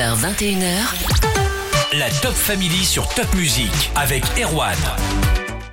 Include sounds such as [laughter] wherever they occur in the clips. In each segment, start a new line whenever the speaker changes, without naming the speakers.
19h21h.
La Top Family sur Top Music avec Erwan.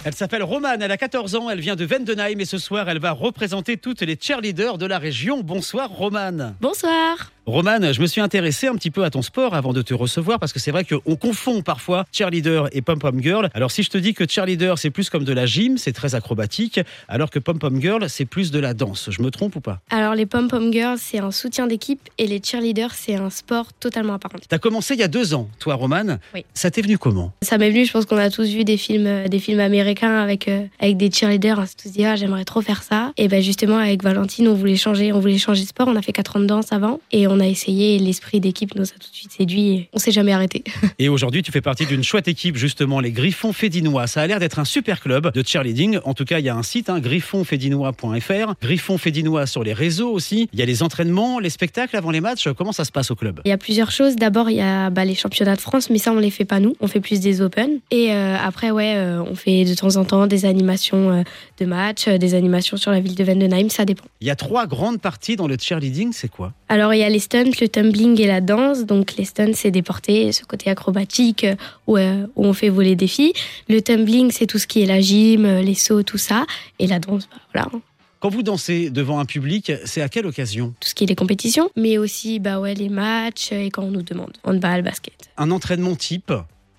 Elle s'appelle Romane, elle a 14 ans, elle vient de Vendenheim et ce soir elle va représenter toutes les cheerleaders de la région. Bonsoir Romane.
Bonsoir.
Romane, je me suis intéressé un petit peu à ton sport avant de te recevoir parce que c'est vrai qu'on confond parfois cheerleader et pom-pom girl. Alors si je te dis que cheerleader c'est plus comme de la gym, c'est très acrobatique, alors que pom-pom girl c'est plus de la danse. Je me trompe ou pas
Alors les pom-pom girls, c'est un soutien d'équipe et les cheerleaders, c'est un sport totalement à part entière.
T'as commencé il y a deux ans, toi Romane.
Oui.
Ça t'est venu comment
Ça m'est venu, je pense qu'on a tous vu des films, euh, des films américains avec, euh, avec des cheerleaders, on s'est tous dit ah j'aimerais trop faire ça. Et ben justement avec Valentine, on voulait changer, on voulait changer de sport, on a fait 4 ans de danse avant et on a essayé et l'esprit d'équipe nous a tout de suite séduit et on s'est jamais arrêté. [laughs]
Et aujourd'hui tu fais partie d'une chouette équipe justement, les Griffons Fédinois. Ça a l'air d'être un super club de cheerleading. En tout cas il y a un site, hein, griffonfédinois.fr, Griffons Fédinois sur les réseaux aussi. Il y a les entraînements, les spectacles avant les matchs. Comment ça se passe au club
Il y a plusieurs choses. D'abord, il y a bah, les championnats de France, mais ça, on les fait pas nous. On fait plus des Open. Et euh, après, ouais, euh, on fait de temps en temps des animations euh, de matchs, euh, des animations sur la ville de Vendenheim, ça dépend.
Il y a trois grandes parties dans le cheerleading, c'est quoi
Alors, il y a les stunts, le tumbling et la danse. Donc, les stunts, c'est déporté, ce côté acrobatique euh, où, euh, où on fait voler des filles. Le tumbling, c'est tout ce qui est la gym, euh, les sauts, tout ça. Et la danse, bah, voilà, hein,
Quand vous dansez devant un public, c'est à quelle occasion
tout ce qui est les compétitions. Mais aussi, bah ouais, les matchs euh, et quand on nous demande handball, basket.
Un entraînement type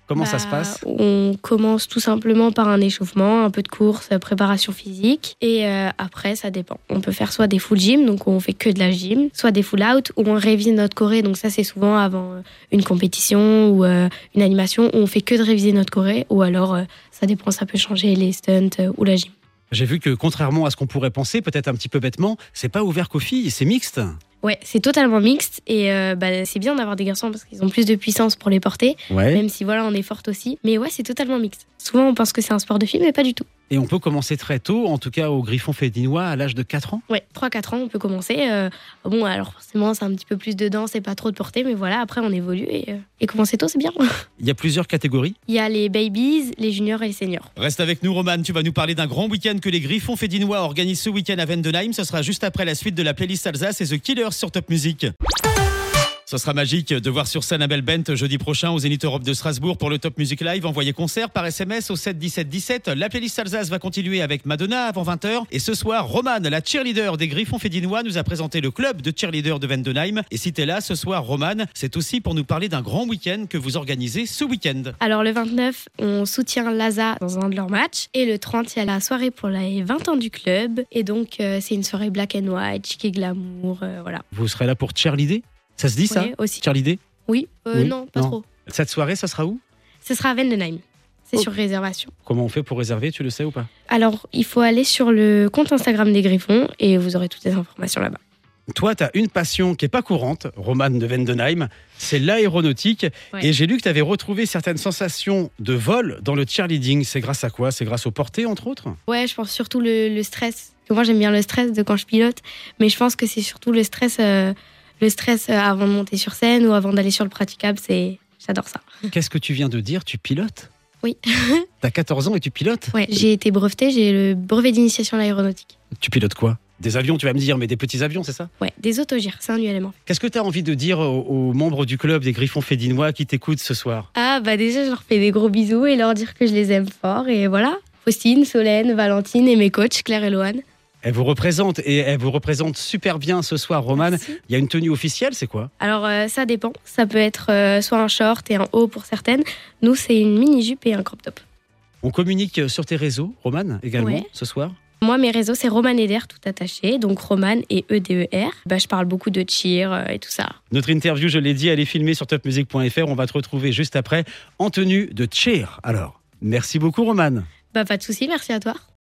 Comment ça se
Bah,
passe
On commence tout simplement par un échauffement, un peu de course, euh, préparation physique. Et euh, après, ça dépend. On peut faire soit des full gym, donc on fait que de la gym, soit des full out, où on révise notre choré. Donc ça, c'est souvent avant euh, une compétition ou euh, une animation, où on fait que de réviser notre choré. Ou alors, euh, ça dépend, ça peut changer les stunts euh, ou la gym.
J'ai vu que contrairement à ce qu'on pourrait penser, peut-être un petit peu bêtement, c'est pas ouvert qu'aux filles, c'est mixte.
Ouais, c'est totalement mixte. Et euh, bah, c'est bien d'avoir des garçons parce qu'ils ont plus de puissance pour les porter,
Ouais.
même si voilà, on est forte aussi. Mais ouais, c'est totalement mixte. Souvent, on pense que c'est un sport de filles, mais pas du tout.
Et on peut commencer très tôt, en tout cas au Griffon Fédinois, à l'âge de 4 ans.
Ouais, 3-4 ans, on peut commencer. Euh, bon, alors forcément, c'est un petit peu plus de danse et pas trop de portée, mais voilà, après, on évolue et, euh, et commencer tôt, c'est bien. [laughs]
Il y a plusieurs catégories.
Il y a les babies, les juniors et les seniors.
Reste avec nous, Roman. Tu vas nous parler d'un grand week-end que les Griffons Fédinois organisent ce week-end à Vendenheim. Ce sera juste après la suite de la playlist Alsace et The Killers sur Top Music. Ce sera magique de voir sur scène Abel Bent jeudi prochain au Zénith Europe de Strasbourg pour le Top Music Live. Envoyez concert par SMS au 7 17 17. La playlist Alsace va continuer avec Madonna avant 20h. Et ce soir, Roman, la cheerleader des Griffons Fédinois, nous a présenté le club de cheerleader de Vendenheim. Et si t'es là ce soir, Roman, c'est aussi pour nous parler d'un grand week-end que vous organisez ce week-end.
Alors le 29, on soutient l'ASA dans un de leurs matchs. Et le 30, il y a la soirée pour les 20 ans du club. Et donc, euh, c'est une soirée black and white, chic et glamour, euh, voilà.
Vous serez là pour cheerleader Ça se dit ça
Ouais, aussi.
Cheerleader
Oui, euh,
Oui,
non, pas
non.
trop.
Cette soirée, ça sera où
Ce sera à Vendenheim. C'est
Oh.
sur réservation.
Comment on fait pour réserver Tu le sais ou pas
Alors, il faut aller sur le compte Instagram des Griffons et vous aurez toutes les informations là-bas.
Toi, tu as une passion qui est pas courante, Romane de Vendenheim, c'est l'aéronautique.
Ouais.
Et j'ai lu que tu avais retrouvé certaines sensations de vol dans le cheerleading. C'est grâce à quoi C'est grâce aux portées, entre autres
Ouais, je pense surtout le, le stress. Parce que moi, j'aime bien le stress de quand je pilote, mais je pense que c'est surtout le stress, euh, le stress euh, avant de monter sur scène ou avant d'aller sur le praticable. C'est, j'adore ça.
Qu'est-ce que tu viens de dire Tu pilotes
Oui.
T'as 14 ans et tu pilotes
Ouais, j'ai été brevetée, j'ai le brevet d'initiation à l'aéronautique.
Tu pilotes quoi Des avions, tu vas me dire, mais des petits avions, c'est ça
Ouais, des autogires, c'est un ULM. en fait.
Qu'est-ce que tu as envie de dire aux, aux membres du club des Griffons Fédinois qui t'écoutent ce soir
Ah bah déjà, je leur fais des gros bisous et leur dire que je les aime fort et voilà. Faustine, Solène, Valentine et mes coachs Claire et Loane.
Elle vous représente et elle vous représente super bien ce soir, Romane.
Merci.
Il y a une tenue officielle, c'est quoi
Alors euh, ça dépend, ça peut être euh, soit un short et un haut pour certaines. Nous, c'est une mini jupe et un crop top.
On communique euh, sur tes réseaux, Romane, également,
Ouais.
ce soir.
Moi, mes réseaux, c'est Roman Eder, tout attaché, donc Roman et E-D-E-R. Bah, je parle beaucoup de cheer euh, et tout ça.
Notre interview, je l'ai dit, elle est filmée sur topmusic.fr. On va te retrouver juste après en tenue de cheer. Alors, merci beaucoup, Romane.
Bah, pas de souci, merci à toi.